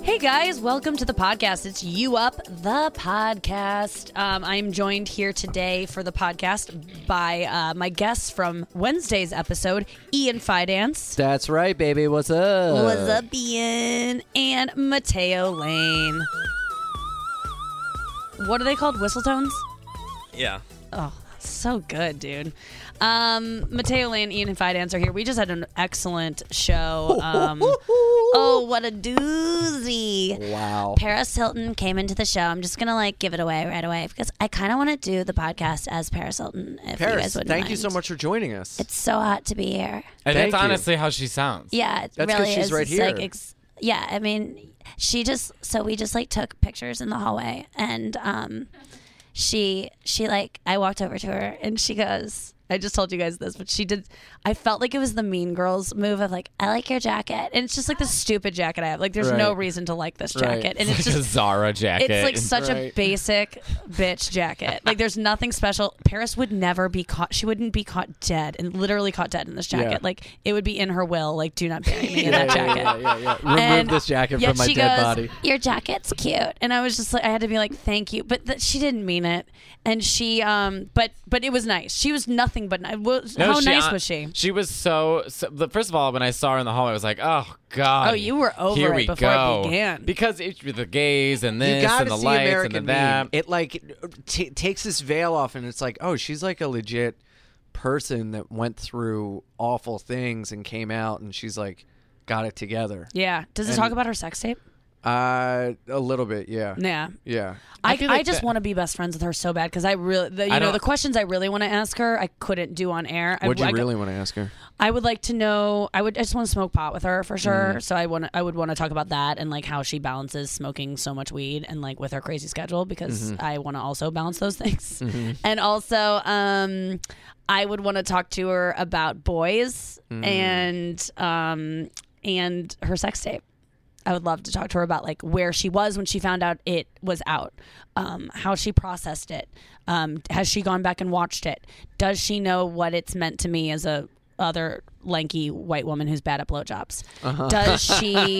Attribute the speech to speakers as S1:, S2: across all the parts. S1: Hey guys, welcome to the podcast. It's You Up, the podcast. Um, I'm joined here today for the podcast by uh, my guests from Wednesday's episode, Ian Fidance.
S2: That's right, baby. What's up?
S1: What's up, Ian? And Mateo Lane. What are they called? Whistletones?
S3: Yeah.
S1: Oh, so good, dude. Um, Mateo Lane, Ian, and Fidance are here. We just had an excellent show. Um, oh, what a doozy.
S2: Wow.
S1: Paris Hilton came into the show. I'm just gonna like give it away right away because I kind of want to do the podcast as Paris Hilton. If you
S2: Paris,
S1: guys wouldn't
S2: thank you
S1: mind.
S2: so much for joining us.
S1: It's so hot to be here.
S3: And
S2: Thank
S3: that's
S2: you.
S3: honestly how she sounds.
S1: Yeah, it
S2: That's 'cause
S1: really
S2: she's
S1: is.
S2: right
S1: It's like,
S2: here.
S1: ex- yeah, I mean, she just so we just like took pictures in the hallway, and um, she she like I walked over to her and she goes, I just told you guys this, but she did. I felt like it was the Mean Girls move of like I like your jacket, and it's just like the stupid jacket I have. Like there's no
S2: Right.
S1: reason to like this
S2: Right.
S1: jacket, and it's
S3: Like a
S1: just
S3: Zara jacket.
S1: It's like such a
S2: Right.
S1: basic bitch jacket. Like there's nothing special. Paris would never be caught. She wouldn't be caught dead and literally caught dead in this jacket.
S2: Yeah.
S1: Like it would be in her will. Like do not bury me in that
S2: yeah, yeah,
S1: jacket.
S2: yeah, yeah, yeah. Remove
S1: And
S2: this jacket
S1: yet
S2: from my
S1: she
S2: dead
S1: goes,
S2: body.
S1: Your jacket's cute, and I was just like, I had to be like, thank you, but th- she didn't mean it, and she, um, but but it was nice. She was nothing but nice.
S3: No,
S1: How
S3: she-
S1: nice
S3: uh,
S1: was she?
S3: She was so, so. the- First of all, when I saw her in the hallway, I was like, "Oh God!"
S1: Oh, you were over
S3: here
S1: it
S3: we
S1: before it
S3: go.
S1: began.
S3: Because it, the gays and
S2: You
S3: this
S2: gotta
S3: and the
S2: see
S3: lights
S2: American
S3: and the that.
S2: Meme. It like t- takes this veil off, and it's like, oh, she's like a legit person that went through awful things and came out, and she's like got it together.
S1: Yeah. Does it
S2: And-
S1: talk about her sex tape?
S2: Uh, a little bit, yeah,
S1: Yeah.
S2: yeah.
S1: I,
S3: I
S1: I,
S3: feel like
S1: just
S3: that-
S1: want to be best friends with her so bad because I really, the, you
S3: I
S1: know,
S3: don't-
S1: the questions I really want to ask her, I couldn't do on air. I-
S2: What do
S1: I,
S2: you really want to ask her?
S1: I would like to know. I would. I just want to smoke pot with her for
S3: Mm-hmm.
S1: sure. So I want. I would want to talk about that and like how she balances smoking so much weed and like with her crazy schedule because
S3: Mm-hmm.
S1: I want to also balance those things. And also, um, I would want to talk to her about boys
S3: Mm.
S1: and um and her sex tape. I would love to talk to her about like where she was when she found out it was out, um, how she processed it. Um, has she gone back and watched it? Does she know what it's meant to me as a other lanky white woman who's bad at blowjobs?
S3: Uh-huh.
S1: Does she?
S3: do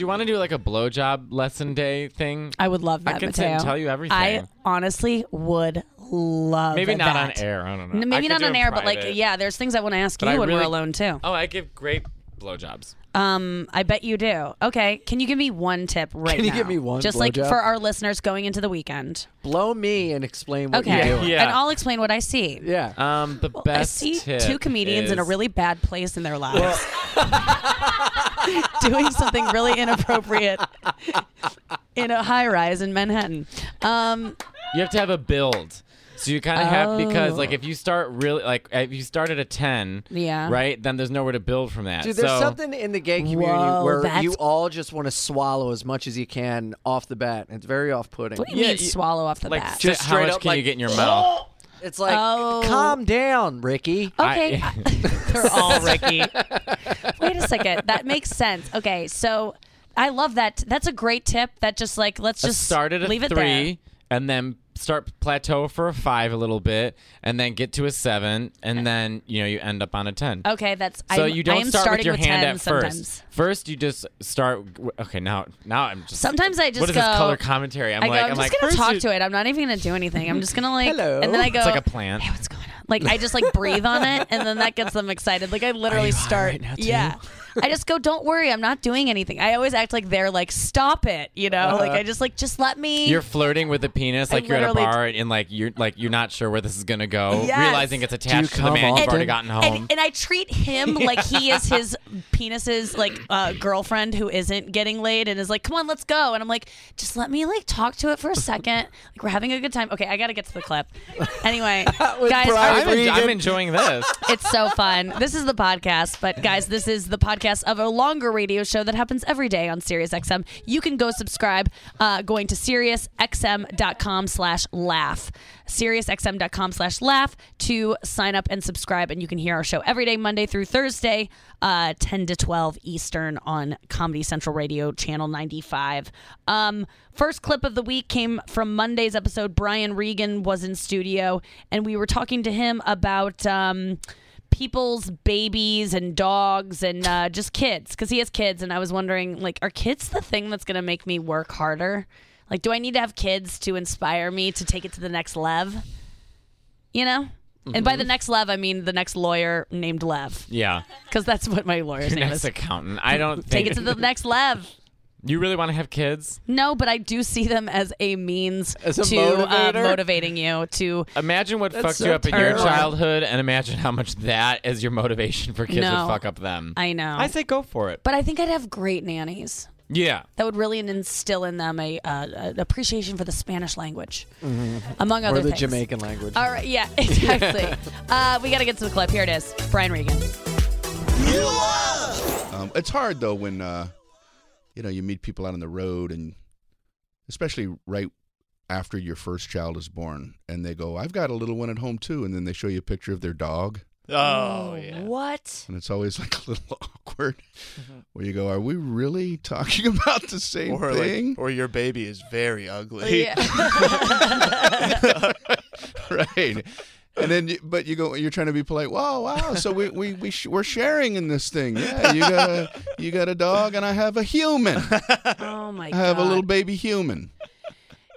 S3: you want to do like a blowjob lesson day thing?
S1: Um, I would love that.
S3: I could sit
S1: Mateo.
S3: and tell you everything.
S1: I honestly would love.
S3: Maybe not
S1: that.
S3: on air. I don't know.
S1: N-
S3: I
S1: Maybe
S3: could
S1: not
S3: do
S1: on
S3: it
S1: air, but like
S3: private.
S1: yeah, there's things I want to ask you
S3: I
S1: when we're
S3: really-
S1: alone too.
S3: Oh, I give great blowjobs.
S1: Um, I bet you do. Okay, can you give me one tip right
S2: Can you
S1: now?
S2: give me one
S1: Just like
S2: blowjob?
S1: for our listeners going into the weekend.
S2: Blow me and explain what
S1: Okay.
S2: you're doing.
S3: Yeah.
S1: And I'll explain what I see.
S2: Yeah.
S3: Um, the best
S1: I see
S3: tip
S1: two comedians in a
S3: is-
S1: really bad place in their lives. doing something really inappropriate in a high rise in Manhattan. Um,
S3: You have to have a build. So you kind of have because like if you start really like if you start at a ten,
S1: Yeah.
S3: right, then there's nowhere to build from that.
S2: Dude, there's
S3: so,
S2: something in the gay community
S1: Whoa,
S2: where
S1: that's-
S2: you all just want to swallow as much as you can off the bat. It's very off-putting.
S1: what do you
S3: Yeah,
S1: mean
S3: you-
S1: swallow off the
S3: like
S1: bat?
S3: just
S2: Just
S3: how
S2: straight
S3: much
S2: up,
S3: can you
S2: like,
S3: get in your mouth?
S2: It's like,
S1: Oh.
S2: calm down, Ricky.
S1: Okay.
S3: I-
S1: They're all Ricky. Wait a second. That makes sense. Okay, so I love that. That's a great tip. That just like let's just
S3: Start at a
S1: leave it there.
S3: three, and then start plateau for a five a little bit, and then get to a seven, and then you know you end up on a ten.
S1: Okay, that's
S3: So
S1: Oh, I'm,
S3: you
S1: I
S3: don't
S1: am
S3: start
S1: starting
S3: with your hand
S1: 10
S3: at
S1: sometimes.
S3: first. First, you just start. Okay, now now I'm just.
S1: Sometimes I just
S3: what is
S1: go-
S3: this color commentary? I'm
S1: I
S3: like
S1: go, I'm,
S3: I'm,
S1: just
S3: like
S1: gonna
S3: first
S1: talk
S3: you-
S1: to it. I'm not even gonna do anything. I'm just gonna like,
S2: Hello.
S1: and then I go,
S3: It's like a plant.
S1: Hey, what's going on? Like I just like breathe on it, and then that gets them excited. Like I literally
S2: you high
S1: start,
S2: right now, too?
S1: yeah. I just go, don't worry, I'm not doing anything. I always act like they're like, stop it, you know? like
S2: Uh-huh.
S1: I just like, just let me.
S3: You're flirting with a penis
S1: I
S3: like you're at a
S1: literally-
S3: bar and like you're like you're not sure where this is gonna go,
S1: Yes.
S3: realizing it's
S2: you
S3: attached to the
S2: come
S3: man you've
S2: often?
S3: already gotten home.
S1: and, and I treat him like he is his penis's like uh, girlfriend who isn't getting laid and is like, come on, let's go. And I'm like, just let me like talk to it for a second. Like we're having a good time. Okay, I gotta get to the clip. Anyway, guys, our-
S2: Brian
S3: I'm, en- I'm enjoying this.
S1: It's so fun. This is the podcast, but guys, this is the podcast podcast of a longer radio show that happens every day on SiriusXM. You can go subscribe uh, going to SiriusXM.com slash laugh. SiriusXM.com slash laugh to sign up and subscribe. And you can hear our show every day, Monday through Thursday, uh, 10 to 12 Eastern on Comedy Central Radio, Channel 95. Um, first clip of the week came from Monday's episode. Brian Regan was in studio, and we were talking to him about. Um, people's babies and dogs and uh, just kids because he has kids and i was wondering like are kids the thing that's going to make me work harder like do i need to have kids to inspire me to take it to the next lev you know and
S2: Mm-hmm.
S1: by the next lev i mean the next lawyer named lev
S3: Yeah.
S1: because that's what my lawyer's name
S3: Next
S1: is
S3: accountant. I don't
S1: take
S3: think
S1: it to the next lev
S3: you really want to have kids.
S1: no but i do see them as a means
S2: As a
S1: to uh,
S2: motivator?
S1: motivating you to
S3: Imagine what fucked
S2: so
S3: you up in your
S2: terrible.
S3: childhood, and imagine how much that as your motivation for kids
S1: No.
S3: would fuck up them.
S1: i know
S3: I say go for it.
S1: but i think i'd have great nannies
S3: Yeah.
S1: that would really instill in them a uh, an appreciation for the Spanish language, among
S2: Mm-hmm. or
S1: other
S2: the
S1: things.
S2: Jamaican language.
S1: All right, yeah, exactly. uh, we got to get to the clip. Here it is, Brian Regan.
S4: Um, it's hard though when uh, you know you meet people out on the road, and especially right after your first child is born, and they go, "I've got a little one at home too," and then they show you a picture of their dog,
S1: Oh, What?
S4: and it's always like a little awkward. Where you go, "Are we really talking about the same
S5: Mm-hmm. or
S4: thing?"
S5: like, or your baby is very ugly.
S1: Yeah.
S4: right. And then, you, but you go. You're trying to be polite. Wow, wow. So we we we sh- we're sharing in this thing. Yeah, you got a you got a dog, and I have a human.
S1: oh my
S4: I
S1: god.
S4: have a little baby human.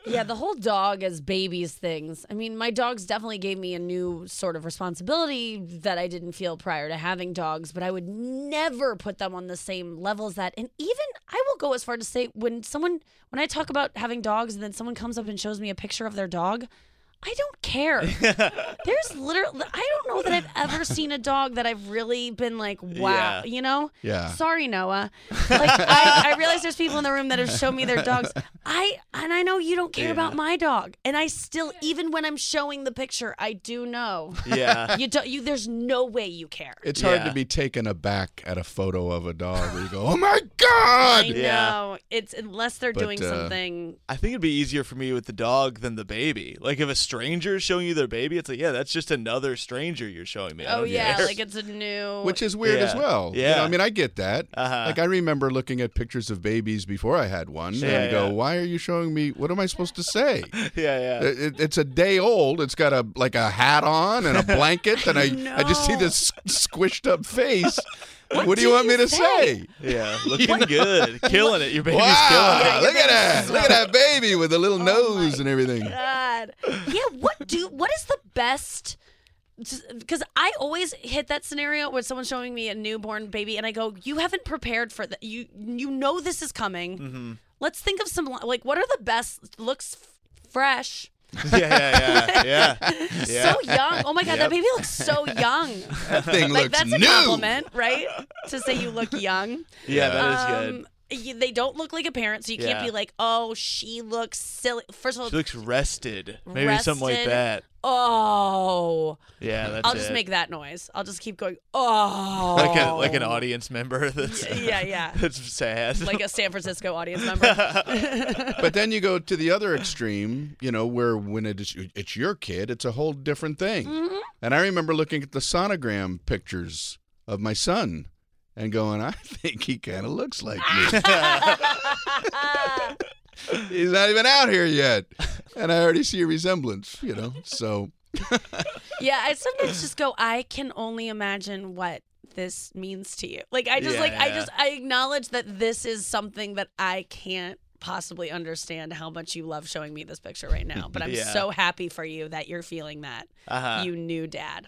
S1: Yeah, the whole dog as babies things. I mean, my dogs definitely gave me a new sort of responsibility that I didn't feel prior to having dogs, but I would never put them on the same level as that. And even I will go as far to say when someone, when I talk about having dogs and then someone comes up and shows me a picture of their dog, I don't care. There's literally, I don't know that I've ever seen a dog that I've really been like, wow,
S5: Yeah.
S1: you know?
S4: Yeah.
S1: Sorry, Noah. Like, I, I realize there's people in the room that have shown me their dogs. I, and I know you don't care about my dog. And I still, even when I'm showing the picture, I do know.
S5: Yeah.
S1: You don't, you, there's no way you care.
S4: It's hard
S5: Yeah.
S4: to be taken aback at a photo of a dog where you go, "Oh my god!"
S1: I
S5: Yeah.
S1: know. It's, unless they're
S4: But,
S1: doing
S4: uh,
S1: something.
S5: I think it'd be easier for me with the dog than the baby. Like if a stranger is showing you their baby, it's like, yeah, that's just another stranger you're showing me. I
S1: Oh,
S5: don't
S1: yeah.
S5: care.
S1: Like it's a new.
S4: Which is weird as
S5: Yeah.
S4: well. You know,
S5: Yeah.
S4: I mean, I get that.
S5: Uh-huh.
S4: Like, I remember looking at pictures of babies before I had one
S5: Sure.
S4: and
S5: Yeah,
S4: go,
S5: yeah.
S4: why are you showing me? What am I supposed to say?
S5: yeah, yeah.
S4: It, it- it's a day old. It's got a like a hat on and a blanket, and I I just see
S1: know.
S4: this squished up face. What, do
S1: did
S4: you want me
S1: you
S4: to
S1: say?
S4: say?
S5: Yeah, looking good, killing it. Your baby's
S4: Wow!
S5: killing it.
S4: look at that! Look at that baby with a little nose and everything.
S1: Oh God. Yeah, what do what is the best because I always hit that scenario where someone's showing me a newborn baby and I go, "You haven't prepared for that. You you know this is coming.
S5: Mm-hmm.
S1: Let's think of some like what are the best looks f- fresh,
S5: Yeah, yeah, yeah, yeah.
S1: so young. Oh my god, that baby looks so young.
S4: That thing
S1: like
S4: looks
S1: that's
S4: new.
S1: a compliment, right? To say you look young.
S5: Yeah, that is good.
S1: Um, you, they don't look like a parent, so you can't
S5: Yeah.
S1: be like, "Oh, she looks silly." First of all,
S5: She looks rested. Maybe something like
S1: rested.
S5: that.
S1: oh.
S5: Yeah, that's
S1: I'll just
S5: it.
S1: make that noise. I'll just keep going. Oh,
S5: like a like an audience member that's
S1: Yeah, yeah.
S5: that's sad.
S1: like a San Francisco audience member.
S4: But then you go to the other extreme, you know, where when it is, it's your kid, it's a whole different thing. And I remember looking at the sonogram pictures of my son and going, I think he kind of looks like me. He's not even out here yet. And I already see a resemblance, you know. So,
S1: yeah, I sometimes just go. I can only imagine what this means to you. Like I just like I
S5: Yeah.
S1: just I acknowledge that this is something that I can't possibly understand how much you love showing me this picture right now. But I'm
S5: Yeah.
S1: so happy for you that you're feeling that
S5: Uh-huh.
S1: you knew dad.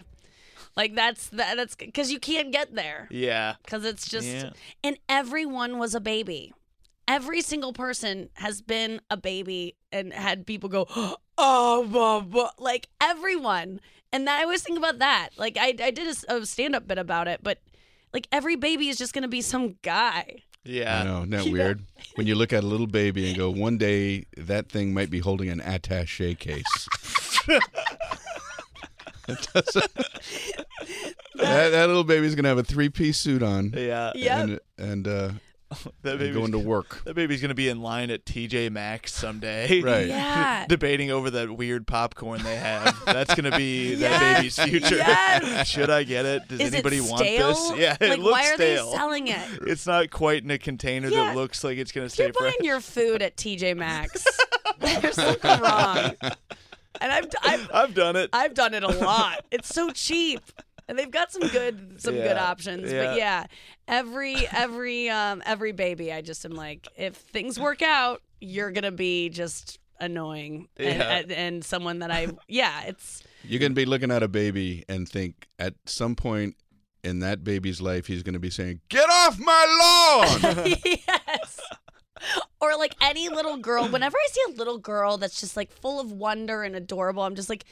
S1: Like that's that, that's because you can't get there.
S5: yeah.
S1: because it's just
S5: Yeah.
S1: and everyone was a baby every single person has been a baby and had people go oh blah, blah," like everyone and that, i always think about that like i, I did a s- a, stand-up bit about it but like every baby is just gonna be some guy
S6: Uh,
S4: I
S5: Yeah.
S4: know, isn't that weird? When you look at a little baby and go, one day that thing might be holding an attache case. that, that little baby's gonna have a three-piece suit on
S5: Yeah.
S1: Yep.
S4: and and uh,
S5: That
S4: and
S5: baby's,
S4: going to work.
S5: that baby's gonna be in line at TJ Maxx someday.
S4: Right.
S1: Yeah.
S5: Debating over that weird popcorn they have. That's gonna be that
S1: Yes.
S5: baby's future.
S1: Yes.
S5: Should I get it? Does
S1: Is
S5: anybody
S1: it
S5: want
S1: stale?
S5: this? Yeah,
S1: like,
S5: it looks
S1: why are
S5: stale.
S1: they selling it?
S5: it's not quite in a container
S1: Yeah.
S5: that looks like it's gonna stay
S1: You're
S5: fresh.
S1: buying your food at TJ Maxx. There's something wrong. And I've, I've
S5: I've done it.
S1: I've done it a lot. It's so cheap. And they've got some good some good
S5: Yeah,
S1: options.
S5: yeah.
S1: But yeah, every every um every baby I just am like if things work out, you're going to be just annoying and,
S5: Yeah.
S1: and and someone that I yeah, it's
S4: You're gonna be looking at a baby and think at some point in that baby's life he's gonna be saying, "Get off my lawn!"
S1: yes. Or like any little girl, whenever I see a little girl that's just like full of wonder and adorable, I'm just like,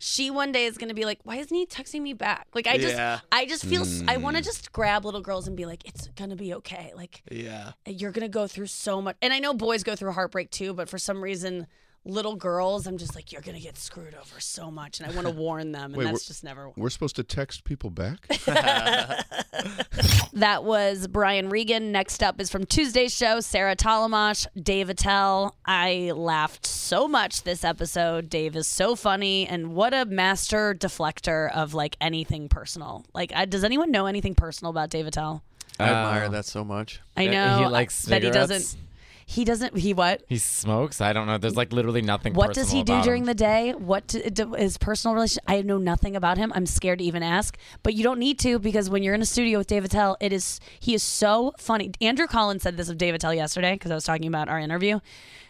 S1: she one day is gonna be like, why isn't he texting me back? Like I just,
S5: Yeah.
S1: I just feel, s I want to just grab little girls and be like, it's gonna be okay. Like
S5: yeah.
S1: you're gonna go through so much, and I know boys go through heartbreak too, but for some reason. Little girls, I'm just like you're gonna get screwed over so much, and I want to warn them, and
S4: Wait,
S1: that's
S4: we're-
S1: just never.
S4: We're supposed to text people back.
S1: That was Brian Regan. Next up is from Tuesday's show, Sarah Talamash, Dave Attell. I laughed so much this episode. Dave is so funny, and what a master deflector of like anything personal. Like, I, does anyone know anything personal about Dave Attell?
S2: I admire
S3: Uh,
S2: that so much.
S1: I
S3: Uh, he
S1: know
S3: likes
S1: that he doesn't.
S3: cigarettes?
S1: He doesn't. He what?
S3: He smokes. I don't know. There's like literally nothing.
S1: What does he
S3: personal
S1: do
S3: about
S1: during
S3: him.
S1: the day? What do, do, his personal relationship? I know nothing about him. I'm scared to even ask. But you don't need to because when you're in a studio with Dave Attell, it is he is so funny. Andrew Collins said this of Dave Attell yesterday because I was talking about our interview,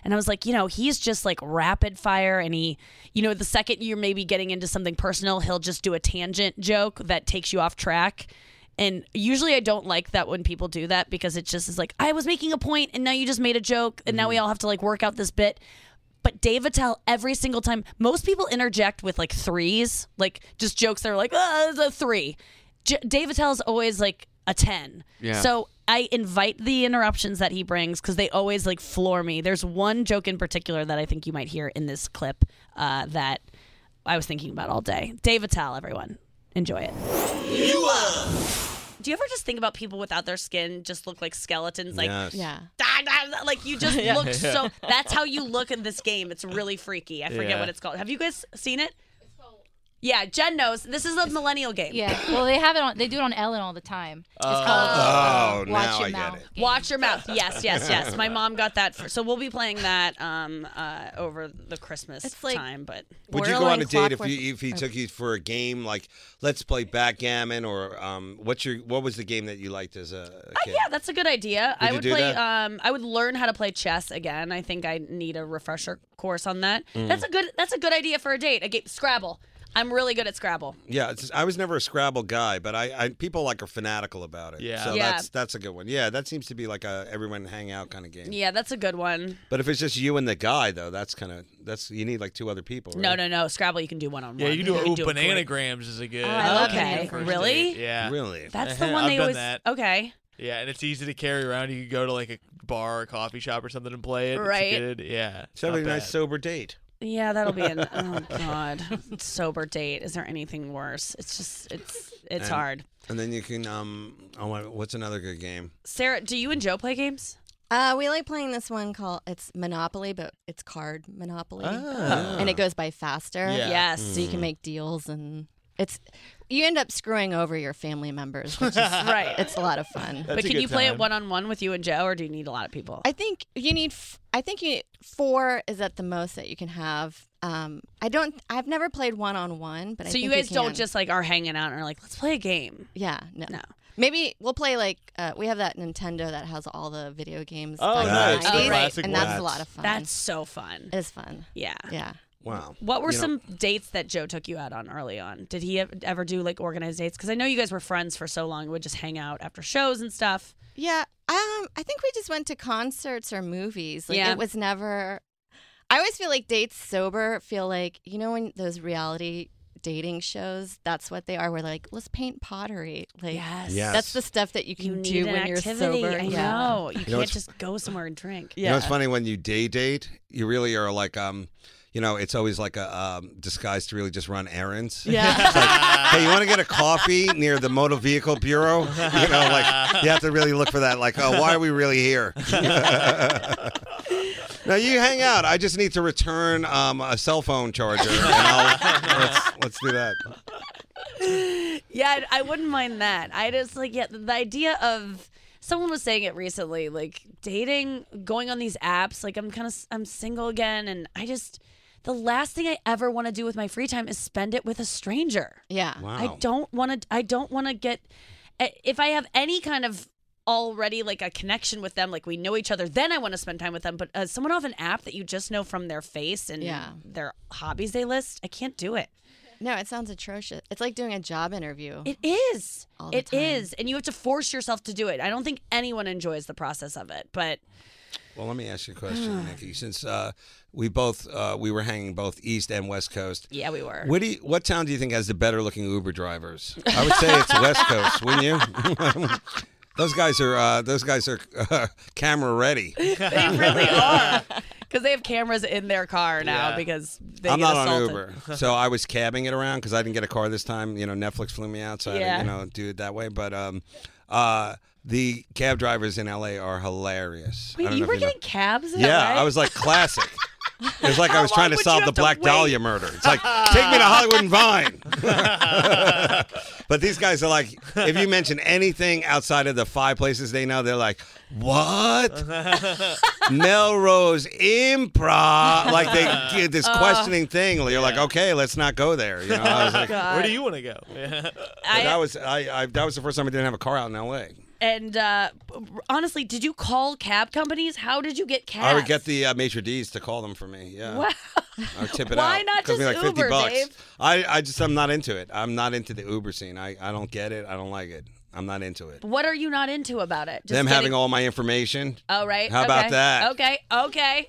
S1: and I was like, you know, he's just like rapid fire, and he, you know, the second you're maybe getting into something personal, he'll just do a tangent joke that takes you off track. And usually I don't like that when people do that because it just is like, I was making a point and now you just made a joke and now
S3: Mm-hmm.
S1: we all have to like work out this bit. But Dave Attell, every single time, most people interject with like threes, like just jokes that are like, ah, it's a three. J- Dave Attell is always like a 10.
S2: Yeah.
S1: So I invite the interruptions that he brings because they always like floor me. There's one joke in particular that I think you might hear in this clip uh, that I was thinking about all day. Dave Attell, everyone. Enjoy it. Do you ever just think about people without their skin just look like skeletons? Like,
S7: Yeah.
S1: "Ah, ah, ah," like you just look so. That's how you look in this game. It's really freaky. I forget
S5: Yeah.
S1: what it's called. Have you guys seen it? Yeah, Jen knows. This is a millennial game.
S7: Yeah. Well, they have it on. They do it on Ellen all the time. It's called uh,
S4: Oh,
S7: Watch
S4: now
S7: Your
S4: I get
S7: Mouth.
S4: it.
S7: Game.
S1: Watch your mouth. Yes, yes, yes. My mom got that. For, so we'll be playing that um, uh, over the Christmas
S7: It's like-
S1: time. But
S7: We're
S6: Would you go
S7: like
S6: on a date if
S7: clockwork-
S6: you if he took you for a game like let's play backgammon or um what's your what was the game that you liked as a kid?
S1: yeah, that's a good idea.
S6: Would
S1: I
S6: you
S1: would
S6: do
S1: play.
S6: that?
S1: Um, I would learn how to play chess again. I think I need a refresher course on that.
S6: Mm.
S1: That's a good. That's a good idea for a date. A game Scrabble. I'm really good at Scrabble.
S6: Yeah, it's I was never a Scrabble guy, but I, I people like are fanatical about it.
S5: Yeah.
S6: so
S1: Yeah.
S6: that's that's a good one. Yeah, that seems to be like a everyone hang out kind of game.
S1: Yeah, that's a good one.
S6: But if it's just you and the guy though, that's kind of that's you need like two other people.
S1: No,
S6: right?
S1: no, no. Scrabble, you can do one on one.
S5: Yeah, you can do it. Ooh,
S1: great.
S5: bananagrams is a good.
S1: I love
S5: idea
S1: that.
S5: for a
S1: Really?
S5: date. Yeah.
S6: really.
S1: That's the
S5: Uh-huh,
S1: one
S5: I've
S1: they
S5: done
S1: always.
S5: that.
S1: Okay.
S5: Yeah, and it's easy to carry around. You could go to like a bar or coffee shop or something and play it. It's
S1: Right.
S5: good. Yeah.
S6: So that'd
S5: not
S6: be a nice
S5: bad.
S6: sober date.
S1: Yeah, that'll be an oh god sober date. Is there anything worse? It's just it's it's
S6: And-
S1: hard.
S6: And then you can um oh my- what's another good game?
S1: Sarah, do you and Joe play games?
S7: Uh, we like playing this one called it's Monopoly, but it's card Monopoly,
S6: Ah.
S7: and it goes by faster.
S5: Yeah.
S1: Yes.
S7: so you can
S6: Mm.
S7: make deals, and it's you end up screwing over your family members, which is
S1: Right.
S7: It's a lot of fun.
S5: That's
S1: but
S5: a
S1: can
S5: good
S1: you play it
S5: time.
S1: one on one with you and Joe, or do you need a lot of people?
S7: I think you need. F- I think you four is at the most that you can have. Um, I don't. I've never played one on one, but I
S1: so you
S7: think
S1: guys don't
S7: can.
S1: just like are hanging out and are like, let's play a game.
S7: Yeah. No.
S1: No.
S7: Maybe we'll play like uh, we have that Nintendo that has all the video games.
S5: Oh,
S7: back in the
S6: nice.
S7: 90s,
S1: Oh,
S6: classic
S7: and that's
S6: ones.
S7: a lot of fun.
S1: That's so fun.
S7: it is fun.
S1: Yeah.
S7: Yeah.
S6: Wow.
S1: What were
S6: You know-
S1: some dates that Joe took you out on early on? Did he ev- ever do like organized dates? Because I know you guys were friends for so long, would just hang out after shows and stuff.
S7: Yeah. Um, I think we just went to concerts or movies. Like
S1: Yeah.
S7: it was never I always feel like dates sober feel like you know when those reality dating shows, that's what they are. We're like, let's paint pottery. Like
S1: Yes.
S6: Yeah.
S7: that's the stuff that you
S1: You
S7: can
S1: need
S7: do
S1: an
S7: when
S1: activity.
S7: you're sober.
S1: I
S7: yeah.
S1: know. You,
S6: know,
S1: can't
S6: it's-
S1: just go somewhere and drink.
S6: You know, it's funny when you day date, you really are like, um, you know, it's always like a um, disguise to really just run errands.
S1: Yeah.
S6: hey, you want to get a coffee near the motor vehicle bureau? You know, like you have to really look for that. Like, oh, why are we really here? now you hang out. I just need to return um, a cell phone charger. And I'll, let's, let's do that.
S1: yeah, I I wouldn't mind that. I just like yeah, the- the idea of someone was saying it recently, like dating, going on these apps. Like I'm kind of I'm single again, and I just the last thing I ever want to do with my free time is spend it with a stranger.
S7: Yeah.
S6: Wow.
S1: I don't want to. I don't want to get. I- If I have any kind of already like a connection with them, like we know each other, then I want to spend time with them. But uh, someone off an app that you just know from their face and
S7: Yeah.
S1: their hobbies they list, I can't do it.
S7: No, it sounds atrocious. It's like doing a job interview.
S1: It is.
S7: All the
S1: It is,
S7: time.
S1: And you have to force yourself to do it. I don't think anyone enjoys the process of it, but
S6: Well, let me ask you a question, Nikki. Since uh, we both uh, we were hanging both East and West Coast,
S1: yeah, we were.
S6: What do you, what town do you think has the better looking Uber drivers? I would say it's West Coast, wouldn't you? those guys are uh, those guys are uh, camera ready.
S1: they really are. Because they have cameras in their car now
S5: Yeah.
S1: because they
S6: I'm
S1: get
S6: not on
S1: assaulted.
S6: Uber, so I was cabbing it around because I didn't get a car this time. You know, Netflix flew me out, so I
S1: Yeah.
S6: had to, you know do it that way. But um, uh, the cab drivers in LA are hilarious. I
S1: Wait,
S6: don't
S1: you
S6: know
S1: were
S6: if know.
S1: getting cabs? Is that
S6: Yeah,
S1: right?
S6: I was like classic. It was like I was
S1: long
S6: trying to
S1: would
S6: solve
S1: you have
S6: the
S1: to
S6: Black
S1: wait?
S6: Dahlia murder. It's like, take me to Hollywood and Vine. but these guys are like, if you mention anything outside of the five places they know, they're like, what? Melrose Improv. Like they did
S7: Oh.
S6: this questioning thing. You're like, okay, let's not go there. You know, I was like,
S1: God.
S5: Where do you want to go?
S1: I-
S6: that was I, I that was the first time I didn't have a car out in L.A.
S1: and uh, honestly, did you call cab companies? How did you get cabs?
S6: I would get the uh, maitre d's to call them for me. Yeah.
S1: Wow.
S6: Or tip it
S1: Why
S6: out.
S1: not
S6: Cost me
S1: just
S6: like 50
S1: Uber,
S6: bucks.
S1: Dave?
S6: I, I just I'm not into it. I'm not into the Uber scene. I, I don't get it. I don't like it. I'm not into it.
S1: What are you not into about it? Just
S6: Them having
S1: getting-
S6: all my information.
S1: Oh, right.
S6: How about
S1: Okay.
S6: that?
S1: Okay. Okay.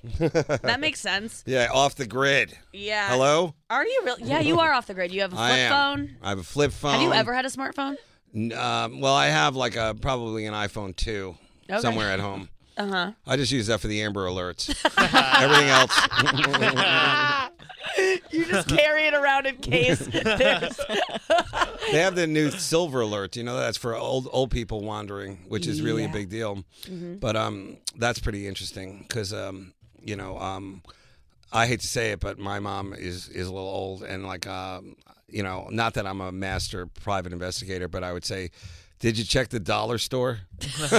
S1: that makes sense.
S6: Yeah, off the grid.
S1: Yeah.
S6: Hello?
S1: Are you really? Yeah, you are off the grid. You have a flip
S6: I am. Um,
S1: phone.
S6: I have a flip phone.
S1: Have you ever had a smartphone?
S6: N- Um, well, I have like a probably an iPhone 2
S1: Okay.
S6: somewhere at home.
S1: Uh huh.
S6: I just use that for the Amber Alerts. Everything else.
S1: You just carry it around in case. there's-
S6: they have the new silver alert. You know that's for old old people wandering, which is really a big deal.
S1: Mm-hmm.
S6: But um, that's pretty interesting because um, you know um, I hate to say it, but my mom is is a little old and like um, you know, not that I'm a master private investigator, but I would say. Did you check the dollar store? That's,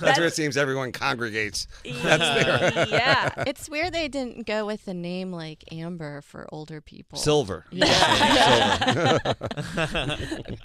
S6: where it seems everyone congregates.
S1: yeah.
S7: It's weird they didn't go with the name like Amber for older people.
S6: Silver.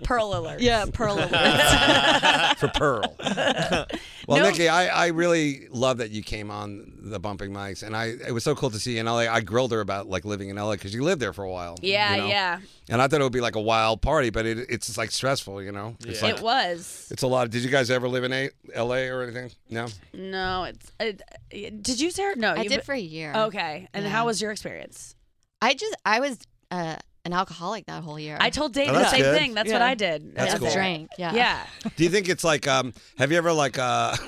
S1: Pearl alert. Yeah, pearl alert.
S6: for Pearl. well,
S1: No.
S6: Nikki, I, I really love that you came on the bumping mics, and I it was so cool to see you in LA. I grilled her about like living in LA because you lived there for a while.
S1: Yeah,
S6: you know?
S1: yeah.
S6: And I thought it would be like a wild party, but it, it's just, like stressful, you know. It's like
S1: It was.
S6: it's a lot. Did you guys ever live in a- LA or anything? No.
S1: No, it's. It, it- did you, Sarah? No,
S7: I
S1: you
S7: did for a year.
S1: Okay. And how
S7: Yeah.
S1: was your experience?
S7: I just I was uh, an alcoholic that whole year.
S1: I told Dave
S6: Oh,
S1: the
S6: that's
S1: same
S6: good.
S1: thing. That's what
S7: Yeah.
S1: I did.
S6: That's
S7: just
S6: cool.
S7: drank. Yeah.
S1: Yeah.
S6: Do you think it's like um have you ever like uh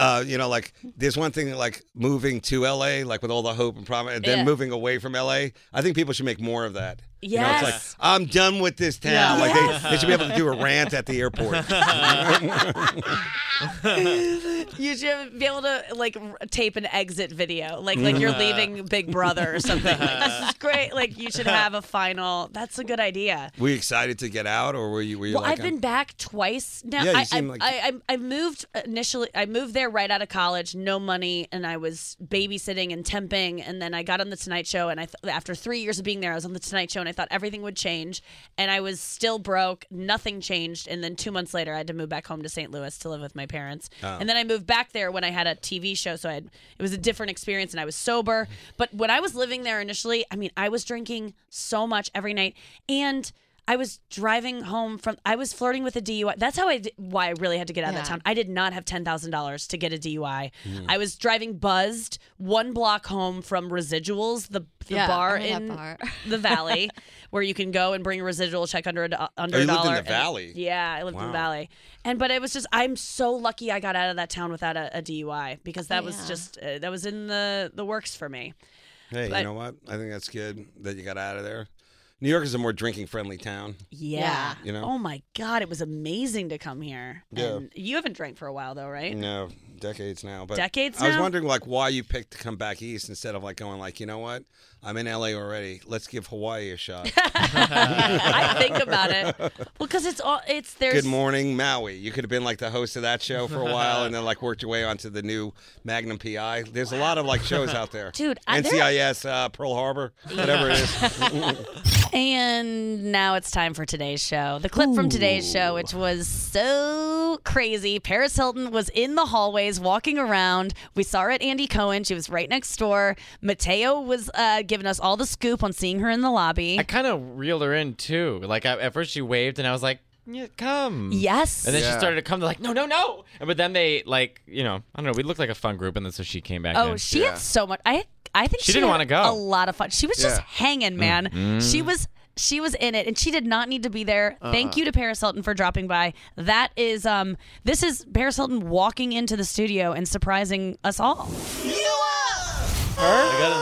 S6: Uh, you know, like there's one thing like moving to LA, like with all the hope and promise, and then
S1: Yeah.
S6: moving away from LA. I think people should make more of that. You know,
S1: Yes.
S6: it's like I'm done with this town.
S1: Yeah.
S6: Like they, they should be able to do a rant at the airport.
S1: You should be able to like r- tape an exit video, like like you're leaving Big Brother or something. Like, this is great. Like you should have a final. That's a good idea.
S6: were you excited to get out, or were you? Were you
S1: Well,
S6: like,
S1: I've been back twice now.
S6: Yeah, you
S1: I,
S6: seem
S1: I,
S6: like-
S1: I, I I moved initially. I moved there right out of college, no money, and I was babysitting and temping. And then I got on the Tonight Show, and I th- after three years of being there, I was on the Tonight Show, and I thought everything would change. And I was still broke. Nothing changed. And then two months later, I had to move back home to St. Louis to live with my parents.
S6: Oh.
S1: And then I moved back there when I had a TV show, so I had it was a different experience, and I was
S6: Mm-hmm.
S1: sober. But when I was living there initially, I mean, I was drinking so much every night, and I was driving home from. I was flirting with a DUI. That's how I. d- Why I really had to get out of that
S7: Yeah.
S1: town. I did not have ten thousand dollars to get a DUI.
S6: Mm-hmm.
S1: I was driving buzzed one block home from Residuals, the the
S7: Yeah,
S1: bar
S7: I know that
S1: in
S7: bar.
S1: the valley, where you can go and bring a residual check under a do- under
S6: Oh,
S1: a
S6: you lived in
S1: dollar.
S6: the
S1: and-
S6: valley?
S1: yeah, I lived in the
S6: Wow.
S1: valley, and but it was just. I'm so lucky I got out of that town without a, a DUI because that was
S7: yeah.
S1: just uh, that was in the the works for me.
S6: Hey,
S1: But-
S6: you know what? I think that's good that you got out of there. New York is a more drinking friendly town.
S1: Yeah.
S7: Yeah.
S6: You know?
S1: Oh my God, it was amazing to come here.
S6: Yeah.
S1: And you haven't drank for a while though, right?
S6: No, decades now. But
S1: Decades
S6: I was
S1: now?
S6: wondering like why you picked to come back east instead of like going like, you know what? I'm in LA already. Let's give Hawaii a shot.
S1: I think about it. Well, because it's all it's there's.
S6: Good morning, Maui. You could have been like the host of that show for a while and then like worked your way onto the new Magnum PI. There's a lot of like shows out there.
S1: Dude, I- there-
S6: NCIS, uh, Pearl Harbor, whatever it is.
S1: And now it's time for today's show. The clip from today's show, which was so crazy. Paris Hilton was in the hallways walking around. We saw her at Andy Cohen. She was right next door. Mateo was uh, giving us all the scoop on seeing her in the lobby.
S3: I kind of reeled her in too. Like I, at first she waved, and I was like, yeah, "Come."
S1: yes.
S3: And then she
S4: Yeah.
S3: started to come. They're like, "No, no, no!" And- But then they like, you know, I don't know. We looked like a fun group, and then so she came back.
S1: Oh,
S3: in.
S1: she had so much. I I think
S3: She didn't
S1: had
S3: wanna go. Mm.
S1: A lot of fun. She was just
S4: Yeah.
S1: hanging, man. She was she was in it, and she did not need to be there.
S3: Uh-uh.
S1: Thank you to Paris Hilton for dropping by. That is um this is Paris Hilton walking into the studio and surprising us all.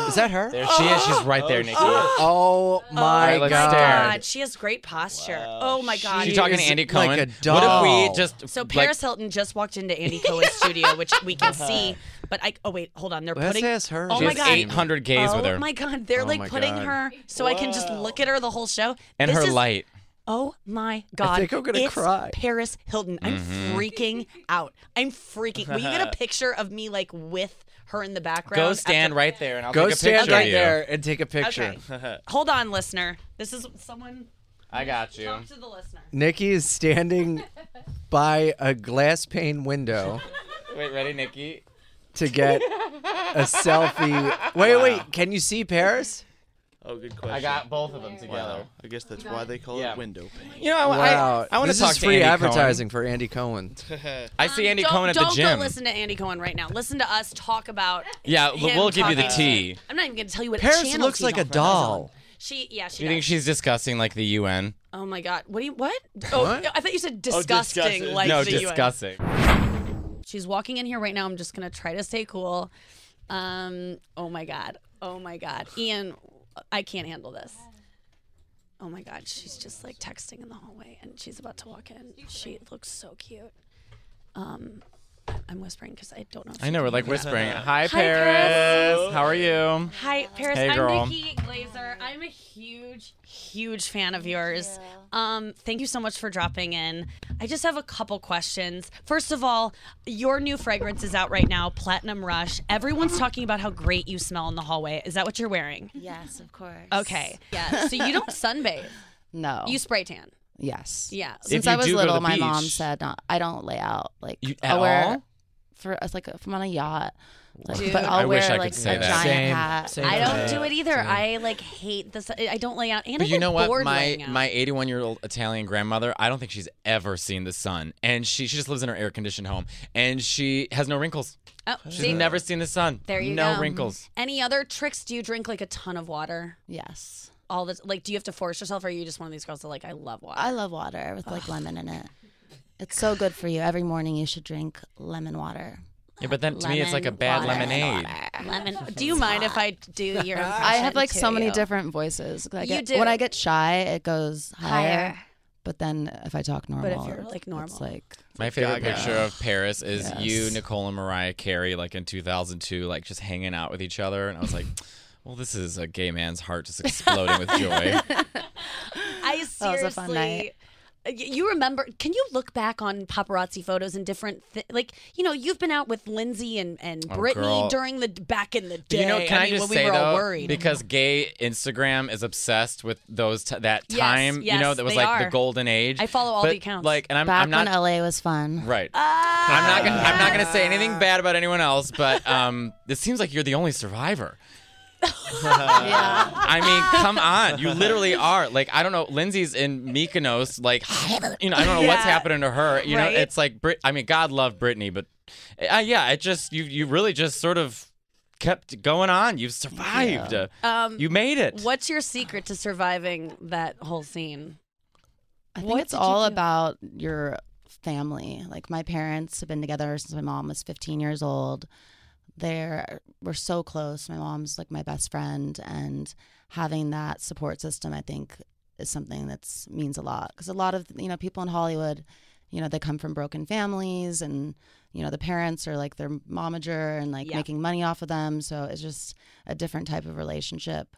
S2: Is that her?
S3: there she is. She's right there, Nikki.
S2: Oh my
S3: Alright, let's
S2: god.
S3: stare.
S1: God, she has great posture. Oh my God.
S3: She's talking to
S2: is
S3: Andy Cohen.
S2: like a
S3: What if
S2: doll.
S3: we just
S1: so
S3: like,
S1: Paris Hilton just walked into Andy Cohen's studio, which we can
S2: Uh-huh.
S1: see. But I oh wait, hold on. They're
S2: Let's
S1: putting
S2: ask her.
S1: Oh
S3: She
S1: my
S3: has
S1: God.
S3: 800 gays
S1: oh
S3: with her
S1: my god, they're like
S2: my
S1: putting
S2: God.
S1: her so I can just look at her the whole show.
S3: and
S1: This
S3: her
S1: is-
S3: light.
S1: Oh my god.
S2: think I'm gonna
S1: it's
S2: cry.
S1: Paris Hilton. I'm
S3: Mm-hmm.
S1: freaking out. I'm freaking. Will you get a picture of me like with her in the background?
S3: Go stand
S1: after-
S3: right there, and I'll
S2: Go
S3: take a
S2: stand
S3: picture of
S2: right
S3: you.
S2: there and take a picture.
S1: Okay. Hold on, listener. This is someone
S3: I got you.
S1: to the listener.
S2: Nikki is standing by a glass pane window
S3: Wait, ready, Nikki?
S2: to get a selfie. Wait, wait, can you see Paris?
S5: Oh, good question.
S3: I got both of them together.
S5: Wow. I guess that's why they call
S3: Yeah.
S5: it window pane.
S3: You know, I,
S2: Wow.
S3: I, want
S2: this
S3: to talk
S2: is
S3: to
S2: free
S3: Andy
S2: advertising for Andy Cohen.
S3: Cohen. I see Andy
S1: Um, don't,
S3: Cohen at
S1: don't
S3: the gym.
S1: go listen to Andy Cohen right now. Listen to us talk about.
S3: Yeah,
S1: him
S3: we'll give you the
S1: talking
S3: tea.
S1: shit. I'm not even going to tell you what.
S2: Paris
S1: channel
S2: looks
S1: she's
S2: like
S1: on
S2: a
S1: for that. She's on-
S2: doll.
S1: She, yeah, she.
S3: Do you think
S1: does.
S3: she's discussing like the UN?
S1: Oh my God! What do you? What? Oh, I thought you said
S5: disgusting.
S1: disgusting. like
S3: no,
S1: the UN.
S3: discussing.
S1: She's walking in here right now. I'm just gonna try to stay cool. Um. Oh my god. Oh my god. Ian, I can't handle this. Oh my god. She's just like texting in the hallway, and she's about to walk in. She looks so cute. Um, I'm whispering because I don't know. if
S3: I
S1: she
S3: know
S1: can
S3: we're like
S1: hear us.
S3: whispering. Hi,
S1: Paris.
S3: Paris. How are you?
S1: Hi, Paris.
S3: Hey, girl.
S1: I'm Nikki Glazer. I'm a huge, huge fan of yours. Um, thank you so much for dropping in. I just have a couple questions. First of all, your new fragrance is out right now, Platinum Rush. Everyone's talking about how great you smell in the hallway. Is that what you're wearing?
S8: Yes, of course.
S1: Okay. Yeah. So you don't sunbathe.
S8: No.
S3: Oh.
S1: You spray tan.
S8: yes.
S1: Yeah.
S3: If
S8: Since I
S3: you
S8: was
S3: do go to
S8: little,
S3: the
S8: my mom
S3: beach-
S8: said no, I don't lay out like
S3: You-
S8: I'll
S3: at
S8: wear
S3: all?
S8: for it's like if I'm on a yacht. Like,
S1: Dude.
S8: but I'll
S3: I
S8: wear
S3: wish I could
S8: like
S3: say
S8: a
S3: that.
S8: giant
S2: Same,
S8: hat.
S2: same.
S1: I don't
S2: Yeah.
S1: do it either. I like hate this. I don't lay out. And
S3: But
S1: I
S3: you
S1: get
S3: know what?
S1: bored
S3: My
S1: laying out.
S3: my 81 year old Italian grandmother, I don't think she's ever seen the sun, and she she just lives in her air conditioned home, and she has no wrinkles.
S1: oh,
S3: She's
S1: see,
S3: never seen the sun.
S1: There you
S3: no
S1: go.
S3: wrinkles.
S1: Any other tricks? Do you drink like a ton of water?
S8: Yes.
S1: all this like do you have to force yourself or are you just one of these girls that like i love water
S8: I love water with like lemon in it. It's so good for you. Every morning you should drink lemon water.
S3: Yeah, but then to me, it's like a
S1: Mm-hmm. Lemon
S3: bad
S1: water.
S3: lemonade.
S1: lemon do you mind if i do your
S8: I have like so many
S1: you?
S8: different voices. I
S1: You
S8: get,
S1: do.
S8: When I get shy, it goes higher.
S7: Higher.
S8: But then if I talk normal,
S1: you're,
S8: it's-
S1: like, normal.
S8: it's like
S3: My favorite picture of Paris is
S8: Yes.
S3: you, Nicole, and Mariah Carey, like in 2002, like just hanging out with each other. And I was like, well, this is a gay man's heart just exploding with joy.
S1: i
S8: That was
S1: seriously
S8: a fun night.
S1: Y- you remember can you look back on paparazzi photos and different thi- like you know you've been out with lindsay and and brittany
S3: Oh, girl.
S1: during the back in the day
S3: You know, can I,
S1: mean,
S3: just
S1: when we
S3: say
S1: were all
S3: though,
S1: worried
S3: because gay Instagram is obsessed with those t- that
S1: Yes,
S3: time, you know,
S1: yes,
S3: that was
S1: they
S3: like
S1: are.
S3: the golden age.
S1: I follow all
S3: But,
S1: the accounts. Ah.
S3: Like, and I'm,
S8: back
S3: I'm not
S8: when LA was fun.
S3: right. I'm not gonna, I'm not gonna say anything bad about anyone else, but um, it seems like you're the only survivor. I mean, come on. You literally are. Like, I don't know. Lindsay's in Mykonos. Like, you know, I don't know what's
S1: Yeah.
S3: happening to her. You
S1: Right?
S3: know, it's like, Brit- I mean, God love Britney, but uh, yeah, it just, you you really just sort of kept going on. You've survived.
S1: Um,
S3: you made it.
S1: What's your secret to surviving that whole scene?
S8: I think it's all about your family. Like my parents have been together since my mom was 15 years old. They're we're so close. My mom's like my best friend, and having that support system, I think, is something that's means a lot. Because a lot of you know people in Hollywood, you know, they come from broken families, and you know the parents are like their momager and like
S1: Yeah.
S8: making money off of them. So it's just a different type of relationship.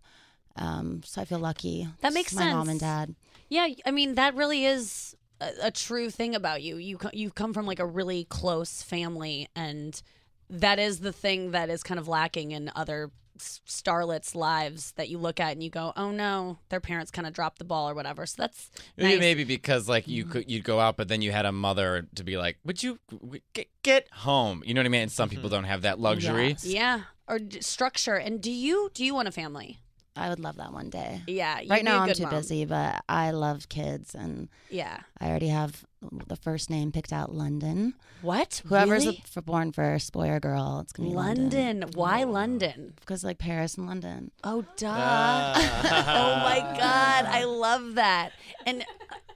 S8: Um, so I feel lucky.
S1: That makes
S8: my mom and
S1: sense.
S8: dad.
S1: Yeah, I mean that really is a, a true thing about you. You co- you come from like a really close family, and that is the thing that is kind of lacking in other s- starlets' lives that you look at and you go, oh no, their parents kind of dropped the ball or whatever. So that's
S3: Maybe,
S1: nice.
S3: maybe because like
S5: Mm.
S3: you could you'd go out, but then you had a mother to be like, "Would you w- get, get home?" You know what I mean? And some
S5: Mm-hmm.
S3: people don't have that luxury.
S8: Yes.
S1: yeah, or d- structure. And do you do you want a family?
S8: I would love that one day.
S1: Yeah, you'd
S8: Right
S1: be a
S8: now, I'm
S1: good
S8: too
S1: mom.
S8: busy, but I love kids, and
S1: Yeah.
S8: I already have the first name picked out London.
S1: What?
S8: Whoever's
S1: Really?
S8: f- born first, boy or girl, it's gonna be London.
S1: London. Why London?
S8: Because like Paris and London.
S1: Oh, duh.
S3: Ah.
S1: oh my God. I love that. And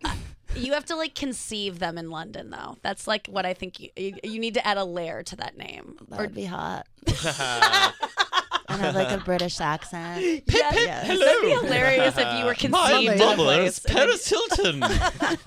S1: uh, you have to like conceive them in London, though. That's like what I think you, you, you need to add a layer to that name.
S8: That would be hot. and have like a British accent.
S1: Yes.
S8: Yes.
S1: That'd be hilarious if you were conceived in a place.
S3: Paris Hilton.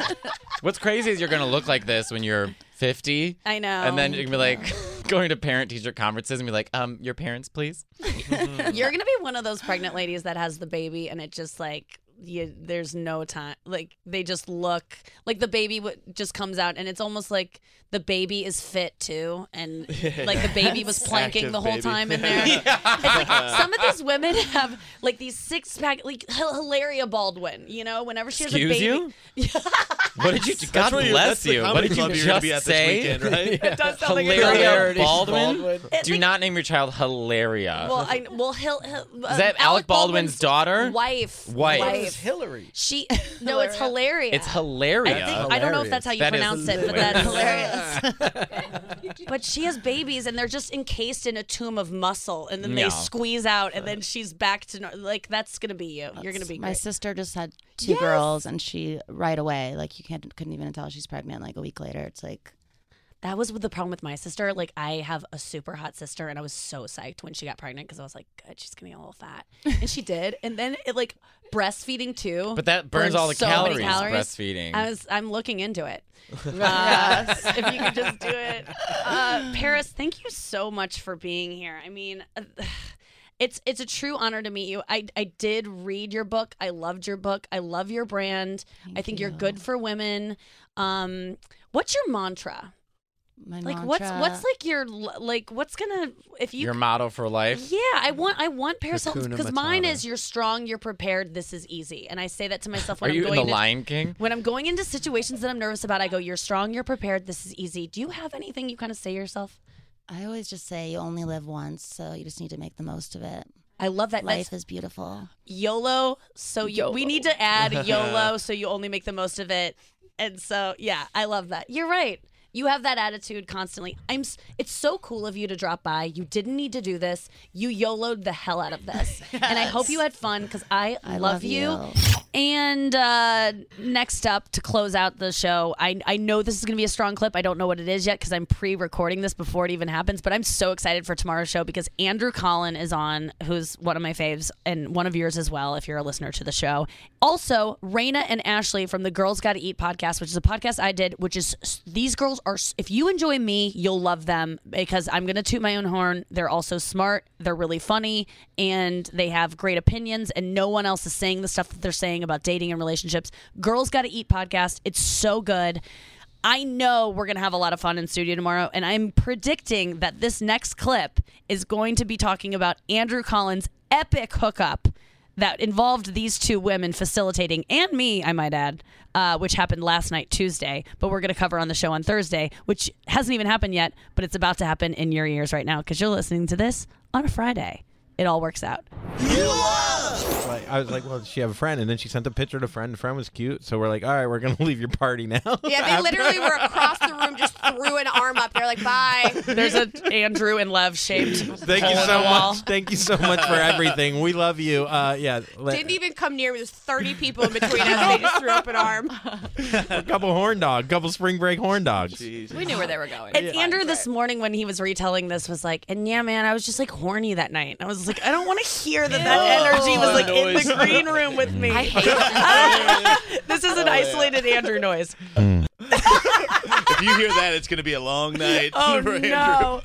S3: What's crazy is you're gonna look like this when you're 50,
S1: I know.
S3: and then you're gonna be like going to parent teacher conferences and be like, "Um, your parents, please."
S1: you're gonna be one of those pregnant ladies that has the baby and it just like you, there's no time like they just look like the baby w- just comes out and it's almost like the baby is fit too and like the baby was planking
S5: Active
S1: the whole
S5: baby.
S1: time in there it's like some of these women have like these six pack like H- hilaria baldwin you know whenever she has a
S3: Excuse
S1: baby
S3: you? What did you? God
S5: That's where you-
S3: bless
S5: that's the
S3: you. What
S5: comedy
S3: did you
S5: club you're
S3: just
S5: gonna be at this
S3: say?
S5: weekend, right?
S1: it does sound like
S3: Hilaria
S1: hilaria
S3: Baldwin.
S1: It's
S3: Do
S1: like-
S3: not name your child Hilaria.
S1: well I well Hil, Hil, uh,
S3: is that Alec Baldwin's, daughter?
S1: wife
S3: Wife.
S2: Hillary.
S1: She no, it's hilarious.
S3: It's Hilaria.
S1: I, think, I don't know if that's how you
S3: That is
S1: pronounce it, but
S3: hilarious.
S1: that's hilarious. but she has babies, and they're just encased in a tomb of muscle, and then they
S3: Yeah.
S1: squeeze out, and then she's back to nor- like that's gonna be you. You're gonna be
S8: My
S1: great.
S8: sister just had two
S1: Yes.
S8: girls, and she right away, like you can't couldn't even tell she's pregnant. Like a week later, it's like
S1: That was the problem with my sister. Like I have a super hot sister, and I was so psyched when she got pregnant because I was like, good, she's gonna get a little fat, and she did. And then it like breastfeeding too,
S3: But that burns all the
S1: so many
S3: calories, breastfeating.
S1: I was I'm looking into it. Uh, if you could just do it, uh, Paris. Thank you so much for being here. I mean. uh, It's it's a true honor to meet you. I, I did read your book. I loved your book. I love your brand. I think you. are good for women. Um, what's your mantra?
S8: my
S1: like what's
S8: mantra-
S1: what's like your l- like what's gonna if you
S3: your motto for life.
S1: yeah i want i want paris hilton
S2: Hakuna
S1: because mine
S2: Matata.
S1: is you're strong you're prepared this is easy and i say that to myself when
S3: Are
S1: i'm
S3: you in
S1: going
S3: the
S1: into-
S3: Lion King?
S1: when i'm going into situations that i'm nervous about i go you're strong you're prepared this is easy do you have anything you kind of say to yourself
S8: I always just say you only live once, so you just need to make the most of it.
S1: i love that
S8: Life
S1: life
S8: is beautiful.
S1: yolo so you, we need to add yolo so you only make the most of it and so yeah i love that you're right you have that attitude constantly. I'm. s- It's so cool of you to drop by. You didn't need to do this. You yoloed the hell out of this, and I hope you had fun because I,
S8: I love
S1: love, you.
S8: you.
S1: And uh, next up to close out the show, I I know this is gonna be a strong clip. I don't know what it is yet because I'm pre-recording this before it even happens. But I'm so excited for tomorrow's show because Andrew Collin is on, who's one of my faves and one of yours as well. If you're a listener to the show, also Raina and Ashley from the Girls Got to Eat podcast, which is a podcast I did. Which is these girls are. s- If you enjoy me, you'll love them because I'm gonna toot my own horn. They're also smart. They're really funny and they have great opinions. And no one else is saying the stuff that they're saying about dating and relationships. Girls Got to Eat podcast. It's so good. I know we're going to have a lot of fun in studio tomorrow, and I'm predicting that this next clip is going to be talking about Andrew Collins' epic hookup that involved these two women facilitating, and me, I might add, uh, which happened last night, Tuesday, but we're going to cover on the show on Thursday, which hasn't even happened yet, but it's about to happen in your ears right now because you're listening to this on a Friday. It all works out.
S9: Like, I was like, well, does she have a friend? And then she sent a picture to friend. The friend was cute. So we're like, all right, we're going to leave your party now.
S10: Yeah, they literally were across the room, just threw an arm up. They're like, "Bye."
S1: There's a Andrew and Lev shaped.
S9: Thank you so much. Thank you so much for everything. We love you. Uh, yeah. let-
S10: Didn't even come near me. There's 30 people in between us. They just threw up an arm.
S9: a couple horn dog, couple spring break horn dogs.
S10: We knew where they were going.
S1: And Andrew this morning when he was retelling this was like, and yeah, man, I was just like horny that night. I was like, I don't want to hear that that energy
S9: Oh,
S1: was like in the green room with me. this is
S9: Oh,
S1: an isolated Andrew noise.
S5: if you hear that, it's going to be a long night.
S1: Oh
S5: for Andrew.
S1: no!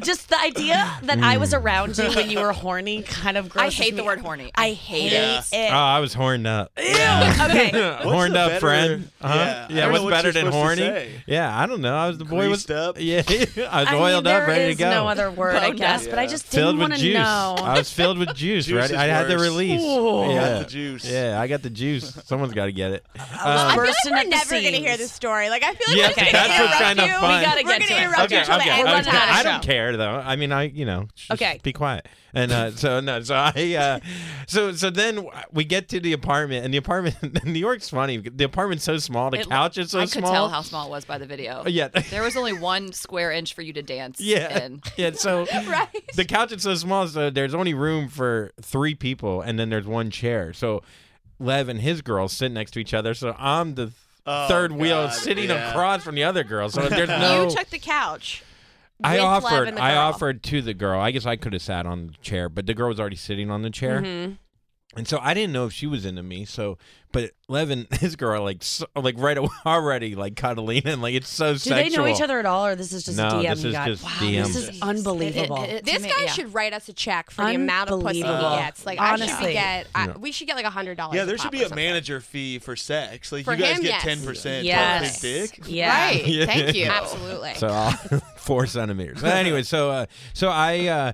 S1: Just the idea that I was around you when you were horny kind of grosses
S10: hate the
S1: me
S10: word
S1: out.
S10: horny.
S1: I hate
S5: Yeah.
S9: Oh,
S1: it.
S9: I was horned up.
S1: okay.
S9: horned
S5: the
S9: up
S5: better-
S9: friend. Uh-huh.
S5: Yeah, I
S9: Yeah,
S5: don't know
S9: what's
S5: what
S9: better
S5: you're
S9: than
S5: supposed to
S9: horny?
S5: say.
S9: Yeah, I don't know. I was the boy was
S5: Greased up.
S9: Yeah, I was
S1: I mean,
S9: oiled up,
S1: there
S9: ready
S1: is
S9: to go.
S1: no other word, I guess, but I just
S9: filled
S1: didn't
S9: with
S1: want to
S9: juice.
S1: know.
S9: I was filled with juice.
S5: Juice
S9: right?
S5: is
S9: I had the
S5: worse.
S9: release.
S1: Ooh.
S9: Yeah.
S5: Got the juice.
S9: Yeah, I got the juice. Someone's got to get it.
S10: I
S9: Um,
S10: feel like
S1: Bursting
S10: we're
S1: at the
S10: never going to hear
S1: seams.
S10: this story. Like, I feel like
S9: Yeah,
S10: we're just
S9: that's
S10: gonna interrupt
S9: what's kinda
S10: you.
S9: fun. We
S1: gotta
S10: we're
S1: get
S10: gonna
S1: to it.
S10: interrupt you
S9: okay,
S10: until the
S9: okay.
S10: end.
S1: We're
S9: I,
S1: running out of
S9: I don't
S1: show.
S9: care though. I mean, I you know, just
S1: Okay.
S9: be quiet. And uh, so no, so I uh, so so then we get to the apartment, and the apartment New York's funny. The apartment's so small, the
S11: It-
S9: couch is so
S11: I could
S9: small. Uh,
S11: tell how small it was by the video.
S9: Yeah.
S11: there was only one square inch for you to dance.
S9: yeah,
S11: in.
S9: yeah. So
S11: right.
S9: the couch is so small, so there's only room for three people, and then there's one chair. So Lev and his girl sit next to each other. So I'm the th-
S5: Oh,
S9: third wheel
S5: God,
S9: sitting
S5: yeah.
S9: across from the other girl. So there's no.
S10: You took the couch.
S9: I
S10: with Lev
S9: offered.
S10: and the
S9: I
S10: girl.
S9: offered to the girl. I guess I could have sat on the chair, but the girl was already sitting on the chair,
S10: Mm-hmm.
S9: and so I didn't know if she was into me. So, but Levin, his girl, like, so, like right away, already like cuddling and like it's so
S1: Do
S9: sexual.
S1: they know each other at all, or this is just
S9: No,
S1: a DM
S9: this
S1: you
S9: is
S1: got?
S9: just
S1: wow,
S9: DM.
S1: this is unbelievable.
S11: It- it-
S10: This
S11: to me-
S10: guy
S11: yeah.
S10: should write us a check for the amount of pussy he
S1: Unbelievable.
S10: gets. Like, I should
S1: Honestly.
S10: be get. I,
S9: Yeah.
S10: We should get like a hundred dollars.
S5: Yeah, there should be
S10: or
S5: a
S10: something.
S5: manager fee for sex. Like
S10: For
S5: you guys
S10: him,
S5: get
S10: yes.
S5: ten percent
S1: yes.
S5: off his dick.
S1: Yeah.
S10: Right.
S9: Yeah.
S10: Thank you. Absolutely.
S9: So I'll, four centimeters. But anyway, so uh, so I uh,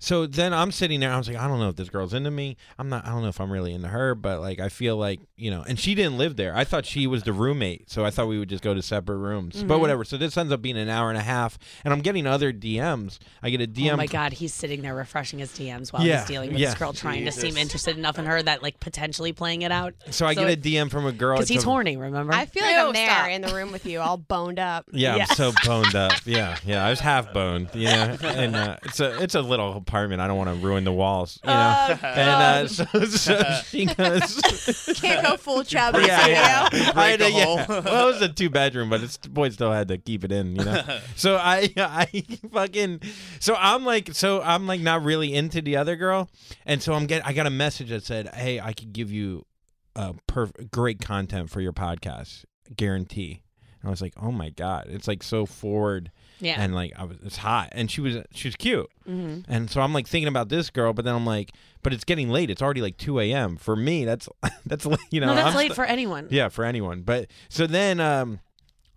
S9: so then I'm sitting there. I was like, I don't know if this girl's into me. I'm not. I don't know if I'm really into her, but like I feel like you know. And she didn't live there. I thought she was the roommate, so I thought we would just go to separate rooms. But whatever. So this ends up being an hour and a half, and I'm getting other DMs. I get a DM.
S1: Oh my God, he's sitting there refreshing his DMs while
S9: Yeah,
S1: he's dealing with
S9: yeah.
S1: this girl, trying to seem interested enough in her that like potentially playing it out.
S9: So I get
S1: it-
S9: a DM from a girl.
S1: because
S9: It's
S1: he's
S9: a-
S1: horny. Remember?
S10: I feel like
S11: Ew,
S10: I'm there
S11: stop.
S10: in the room with you, all boned up.
S9: Yeah,
S1: Yeah.
S9: I'm so boned up. Yeah, yeah, I was half boned. You know, and uh, it's a it's a little apartment. I don't want to ruin the walls. You know,
S10: Oh,
S9: and uh, so, so she goes.
S10: Can't go full chub.
S9: Yeah, yeah. I
S5: Break a
S9: had a- yeah.
S5: hole.
S9: Well, it was a two bedroom, but it's, the boy still had to keep it in, you know. so I, I fucking, so I'm like, so I'm like not really into the other girl, and so I'm getting, I got a message that said, "Hey, I could give you uh, perf- great content for your podcast, guarantee." And I was like, "Oh my god, it's like so forward."
S1: yeah.
S9: and like I was, it's hot, and she was she was cute,
S10: Mm-hmm.
S9: and so I'm like thinking about this girl, but then I'm like, but it's getting late. It's already like 2 a.m. for me. That's that's late, you know.
S1: no, that's
S9: I'm
S1: late
S9: st-
S1: for anyone.
S9: yeah, for anyone. But so then um,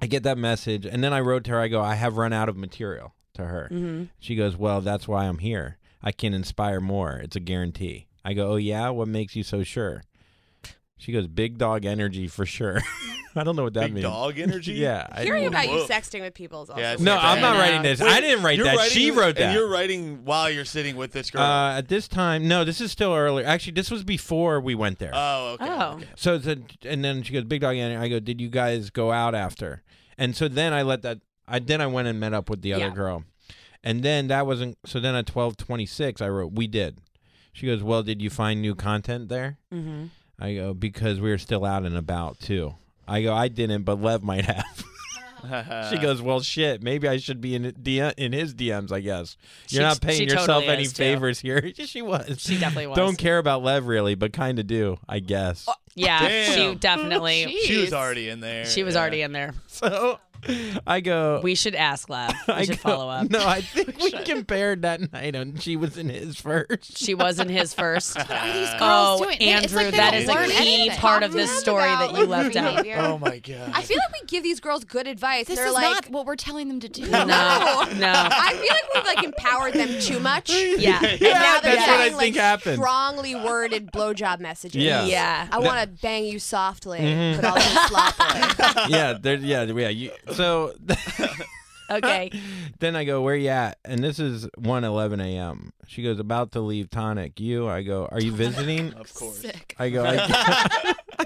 S9: I get that message, and then I wrote to her. I go, I have run out of material to her.
S10: Mm-hmm.
S9: She goes, Well, that's why I'm here. I can inspire more. It's a guarantee. I go, Oh yeah, what makes you so sure? She goes, Big dog energy for sure. I don't know what that
S5: Big
S9: means.
S5: dog energy.
S9: Yeah. I-
S10: Hearing about you
S5: Whoa.
S10: sexting with people is also
S5: Yeah, it's
S9: no,
S5: Wait,
S9: I'm not
S1: wait.
S9: writing this. I didn't write
S5: You're
S9: that.
S5: writing-
S9: she wrote that.
S5: And you're writing while you're sitting with this girl.
S9: uh, at this time, no, this is still earlier. Actually, this was before we went there.
S5: oh, okay.
S1: Oh.
S9: So it's a, and then she goes, "Big dog," and I go, "Did you guys go out after?" And so then I let that. I then I went and met up with the other
S1: Yeah.
S9: girl, and then that wasn't. So then at twelve twenty six, I wrote, "We did." She goes, "Well, did you find new content there?"
S1: Mm-hmm.
S9: I go, "Because we were still out and about too." I go, "I didn't, but Lev might have." she goes, "Well, shit. Maybe I should be in DM, in his DMs. I guess you're
S1: She-
S9: not paying
S1: she
S9: yourself
S1: totally
S9: any
S1: is, too.
S9: favors here." she was.
S1: She definitely was. Oh,
S9: Don't care about Lev really, but kind of do, I guess.
S1: Yeah,
S5: Damn.
S1: she definitely.
S5: She was already in there.
S1: she was
S5: yeah.
S1: already in there.
S9: So I go.
S1: We should ask Lab.
S9: I
S1: We should
S9: go-
S1: follow up.
S9: No, I think we compared that night, and she was in his first.
S1: She was in his first.
S11: are these girls
S1: oh,
S11: doing? They- it's
S1: Andrew,
S11: like they
S1: that
S11: don't
S1: is
S11: learn
S1: a key
S11: anything.
S1: part of this story that you left out.
S5: Oh my god.
S10: I feel like we give these girls good advice.
S11: This
S10: They're
S11: is
S10: like,
S11: not what we're telling them to do.
S1: No, no.
S10: I feel like we've like empowered them too much.
S1: Yeah.
S10: And now they're
S9: that's what I
S10: getting,
S9: think
S10: like,
S9: happened.
S10: Strongly worded blowjob messages.
S9: Yeah.
S1: Yeah.
S10: I want to bang you softly, but also sloppily.
S9: yeah, there, yeah, yeah. You, so
S1: Okay.
S9: then I go, "Where you at?" And this is 1:11 a.m. She goes, "About to leave tonic." You? I go, "Are you visiting?" of course.
S11: Sick.
S9: I go, I,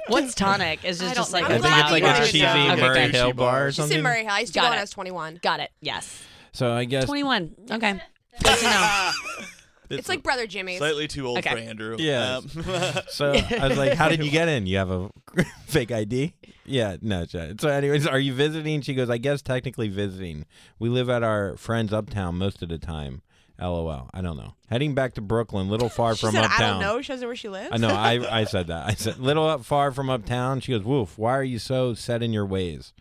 S1: What's tonic? Is just just like
S9: I think it's like a cheesy Murray Hill bar or
S10: She's
S9: something.
S10: in Murray High. She's
S1: Got
S10: when
S1: it.
S10: I was 21.
S1: Got it. Yes.
S9: So I guess
S1: 21. Okay. Good to know.
S10: It's, like Brother Jimmy's.
S5: Slightly too old
S10: Okay.
S5: for Andrew.
S9: Yeah.
S5: Um,
S9: so I was like, "How did you get in? You have a fake ID?" Yeah, no. shit. So, anyways, are you visiting? She goes, "I guess technically visiting. We live at our friend's uptown most of the time." LOL. I don't know. Heading back to Brooklyn, little far
S10: She
S9: from
S10: said, I don't
S9: uptown.
S10: know. She doesn't know where she lives.
S9: I know. I I said that. I said little up far from uptown. She goes, "Woof. Why are you so set in your ways?"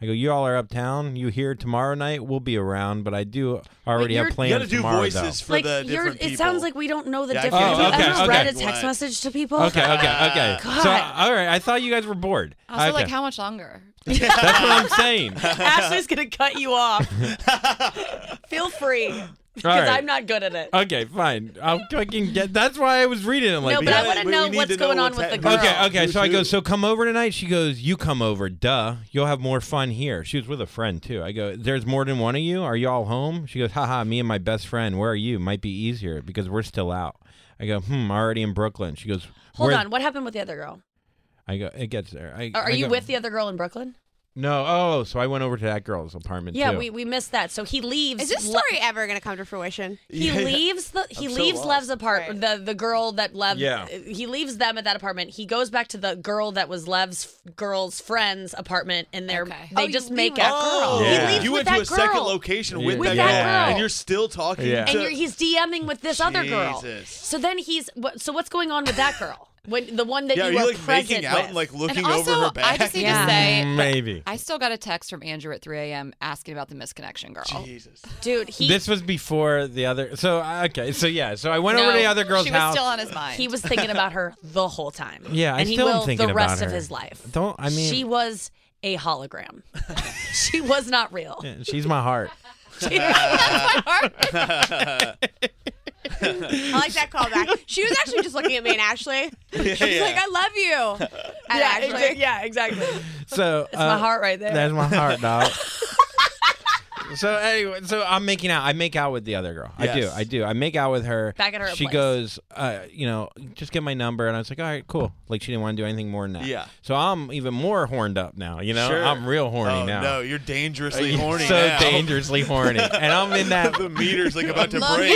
S9: I go, "You all are uptown. You here tomorrow night? We'll be around, but I do already have
S1: you're-
S9: plans
S5: You gotta do
S9: tomorrow,
S5: voices
S9: though."
S5: for the different
S1: It
S5: people.
S1: sounds like we don't know the
S5: Yeah, I
S1: difference.
S9: can't
S1: Have
S9: do
S1: you
S9: that.
S1: read a
S9: Oh, Okay.
S1: text
S9: What?
S1: message to people.
S9: Okay, okay, okay.
S1: God.
S9: So, all right, I thought you guys were bored.
S11: Also,
S9: okay.
S11: like, how much longer?
S9: That's what I'm saying.
S1: Ashley's gonna cut you off. Feel free, because
S9: right.
S1: I'm not good at it.
S9: Okay, fine. I'll fucking get. That's why I was reading it like.
S1: no, but
S9: that.
S1: I want to know what's going on with the girl.
S9: Okay, okay. So I go. So come over tonight. She goes. You come over. Duh. You'll have more fun here. She was with a friend too. I go. There's more than one of you. Are you all home? She goes. Haha. Me and my best friend. Where are you? Might be easier because we're still out. I go. Hmm. Already in Brooklyn. She goes.
S1: Hold
S9: "Where-"
S1: on. What happened with the other girl?
S9: I go. It gets there. I,
S1: Are, are
S9: I
S1: you
S9: go,
S1: with the other girl in Brooklyn?
S9: No. Oh. So I went over to that girl's apartment.
S1: Yeah,
S9: too.
S1: we, we missed that. So he leaves.
S10: Is this
S1: Le-
S10: story ever going to come to fruition?
S1: he leaves the he leaves Lev's apartment. The the girl that Lev.
S10: Yeah.
S1: He leaves them at that apartment. He goes back to the girl that was Lev's f- girl's friend's apartment, and they're they just make out.
S5: Oh,
S1: He leaves
S5: you
S1: with
S5: went
S1: that
S5: to a second
S1: girl.
S5: location with,
S9: With
S5: that,
S9: that
S5: girl,
S9: girl.
S5: and you're still talking.
S9: Yeah.
S5: To,
S1: and you're, he's DMing with this other girl.
S5: Jesus.
S1: So then he's what, so what's going on with that girl? When the one that you
S5: yeah, are you
S1: were
S5: like
S1: present
S5: making out
S1: with.
S5: and like looking
S11: and also,
S5: over her back?
S11: I just need
S1: Yeah.
S11: to say,
S9: Maybe.
S11: I still got a text from Andrew at 3 a.m. asking about the misconnection girl.
S5: Jesus,
S1: dude, he
S9: this was before the other. So okay. So yeah. So I went over to the other girl's
S11: she was
S9: house.
S11: still on his mind.
S1: He was thinking about her the whole time.
S9: Yeah, I
S1: and he
S9: still am
S1: will
S9: thinking
S1: the
S9: about
S1: rest of
S9: her.
S1: his life.
S9: Don't- I mean-
S1: she was a hologram. she was not real.
S9: Yeah, she's my heart.
S10: I like that callback. She was actually just looking at me and Ashley. She's
S9: yeah.
S10: like, I love you. And
S1: Yeah,
S10: Ashley.
S1: exa- yeah, exactly.
S9: So
S1: That's my heart right there.
S9: Uh, That's my heart, dog. so anyway, so I'm making out. I make out with the other girl. I do.
S12: Yes.
S9: I do. I make out with her.
S1: Back at her
S9: She
S1: place.
S9: goes, uh, you know, just get my number, and I was like, all right, cool. Like she didn't want to do anything more than that.
S5: Yeah.
S9: So I'm even more horned up now. You know,
S5: Sure.
S9: I'm real horny
S5: Oh,
S9: now.
S5: No, you're dangerously
S9: You're
S5: horny.
S9: So
S5: now.
S9: dangerously horny, and I'm in that.
S5: the meter's like about to
S9: Love
S5: break.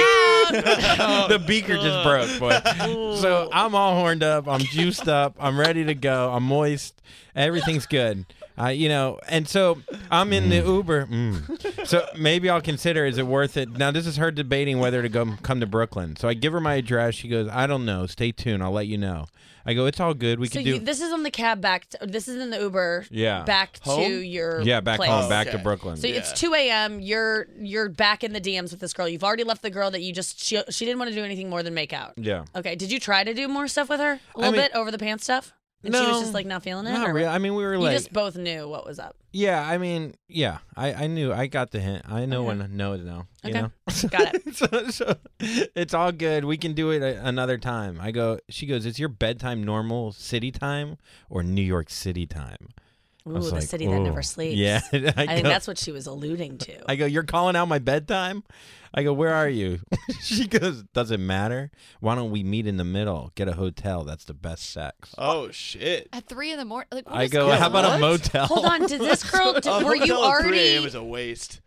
S9: the beaker just broke, boy. So I'm all horned up. I'm juiced up. I'm ready to go. I'm moist. Everything's good. Uh, you know, and so I'm in the Uber. Mm. So maybe I'll consider is it worth it? Now this is her debating whether to go come to Brooklyn. So I give her my address. She goes, I don't know. Stay tuned. I'll let you know. I go, it's all good. We
S1: so
S9: can do.
S1: you, this is on the cab back. To, this is in the Uber.
S9: Yeah.
S1: Back
S9: Home?
S1: to your
S9: Yeah, back
S1: place.
S9: home, back to Okay. Brooklyn.
S1: So it's
S9: Yeah.
S1: 2 a.m. You're you're back in the DMs with this girl. You've already left the girl that you just she, she didn't want to do anything more than make out.
S9: yeah.
S1: Okay. Did you try to do more stuff with her? A
S9: I
S1: little
S9: mean-
S1: bit over the pants stuff? And she was
S9: No,
S1: just like not feeling it?
S9: Not
S1: or-
S9: real. I mean, we were
S1: you
S9: like
S1: just both knew what was up.
S9: Yeah, I mean, yeah, I, I knew, I got the hint. I know when no is no. You
S1: Okay.
S9: know,
S1: Got it.
S9: so, so it's all good. We can do it a, another time. I go. She goes. Is your bedtime normal city time or New York City time? I
S1: Ooh,
S9: was
S1: the
S9: like,
S1: city that never
S9: "Ooh."
S1: sleeps.
S9: Yeah,
S1: I, think
S9: go-
S1: that's what she was alluding to.
S9: I go, you're calling out my bedtime? I go, where are you? she goes, doesn't matter. Why don't we meet in the middle? Get a hotel. That's the best sex.
S5: Oh shit.
S11: At 3 in the morning? Like, what
S9: I
S11: is
S9: go,
S11: going
S9: how about a
S11: on?
S9: motel?
S1: Hold on, did this girl? Did,
S5: Oh,
S1: were you
S5: hotel at 3 a.m.
S1: already?
S5: is a waste.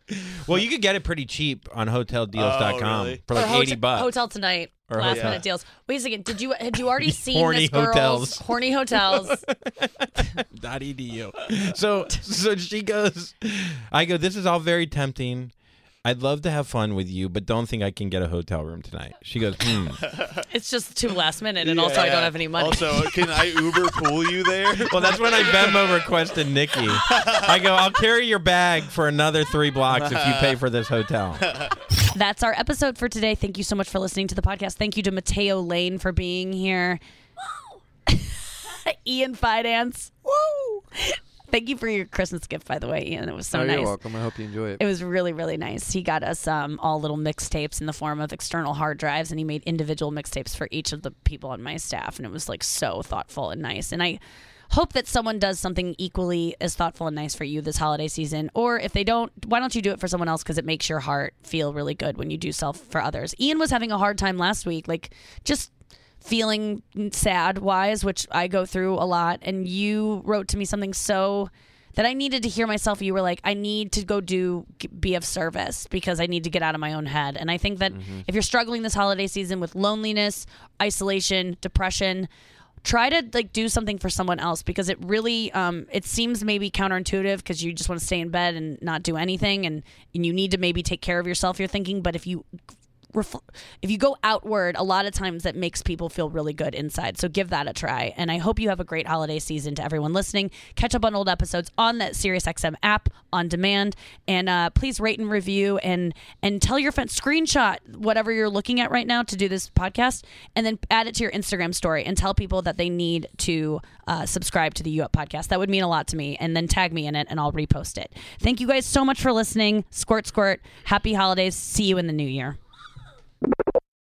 S9: Well, you could get it pretty cheap on hoteldeals.com
S5: Oh, really?
S9: for
S1: or
S9: like
S1: hotel,
S9: 80 bucks.
S1: Hotel tonight.
S9: Or
S1: last
S9: hotel.
S1: minute deals. Wait a second. Did you had you already seen
S9: Horny
S1: this girl's
S9: hotels.
S1: horny hotels?
S9: dot edu. So so she goes, I go, this is all very tempting. I'd love to have fun with you, but don't think I can get a hotel room tonight. She goes, hmm.
S1: it's just too last minute, and also I
S5: Yeah.
S1: don't have any money.
S5: Also, can I Uber pool you there?
S9: Well, that's when I Venmo requested Nikki. I go, I'll carry your bag for another three blocks if you pay for this hotel.
S1: That's our episode for today. Thank you so much for listening to the podcast. Thank you to Mateo Lane for being here. Ian Fidance. Woo! Thank you for your Christmas gift, by the way, Ian. It was so
S2: oh,
S1: nice.
S2: You're welcome. I hope you enjoy it.
S1: It was really, really nice. He got us um, all little mixtapes in the form of external hard drives, and he made individual mixtapes for each of the people on my staff, and it was like so thoughtful and nice. And I hope that someone does something equally as thoughtful and nice for you this holiday season. Or if they don't, why don't you do it for someone else? Because it makes your heart feel really good when you do self for others. Ian was having a hard time last week, like just feeling sad wise, which I go through a lot. And you wrote to me something so that I needed to hear myself. You were like, I need to go do be of service because I need to get out of my own head. And I think that
S13: Mhm.
S1: if you're struggling this holiday season with loneliness, isolation, depression, try to like do something for someone else because it really um, it seems maybe counterintuitive because you just want to stay in bed and not do anything and and you need to maybe take care of yourself. You're thinking, but if you refl- if you go outward, a lot of times that makes people feel really good inside. So give that a try. And I hope you have a great holiday season to everyone listening. Catch up on old episodes on the SiriusXM app on demand, and uh, please rate and review and and tell your friends. Screenshot whatever you're looking at right now to do this podcast, and then add it to your Instagram story and tell people that they need to uh, subscribe to the U Up podcast. That would mean a lot to me. And then tag me in it, and I'll repost it. Thank you guys so much for listening. Squirt, squirt. Happy holidays. See you in the new year.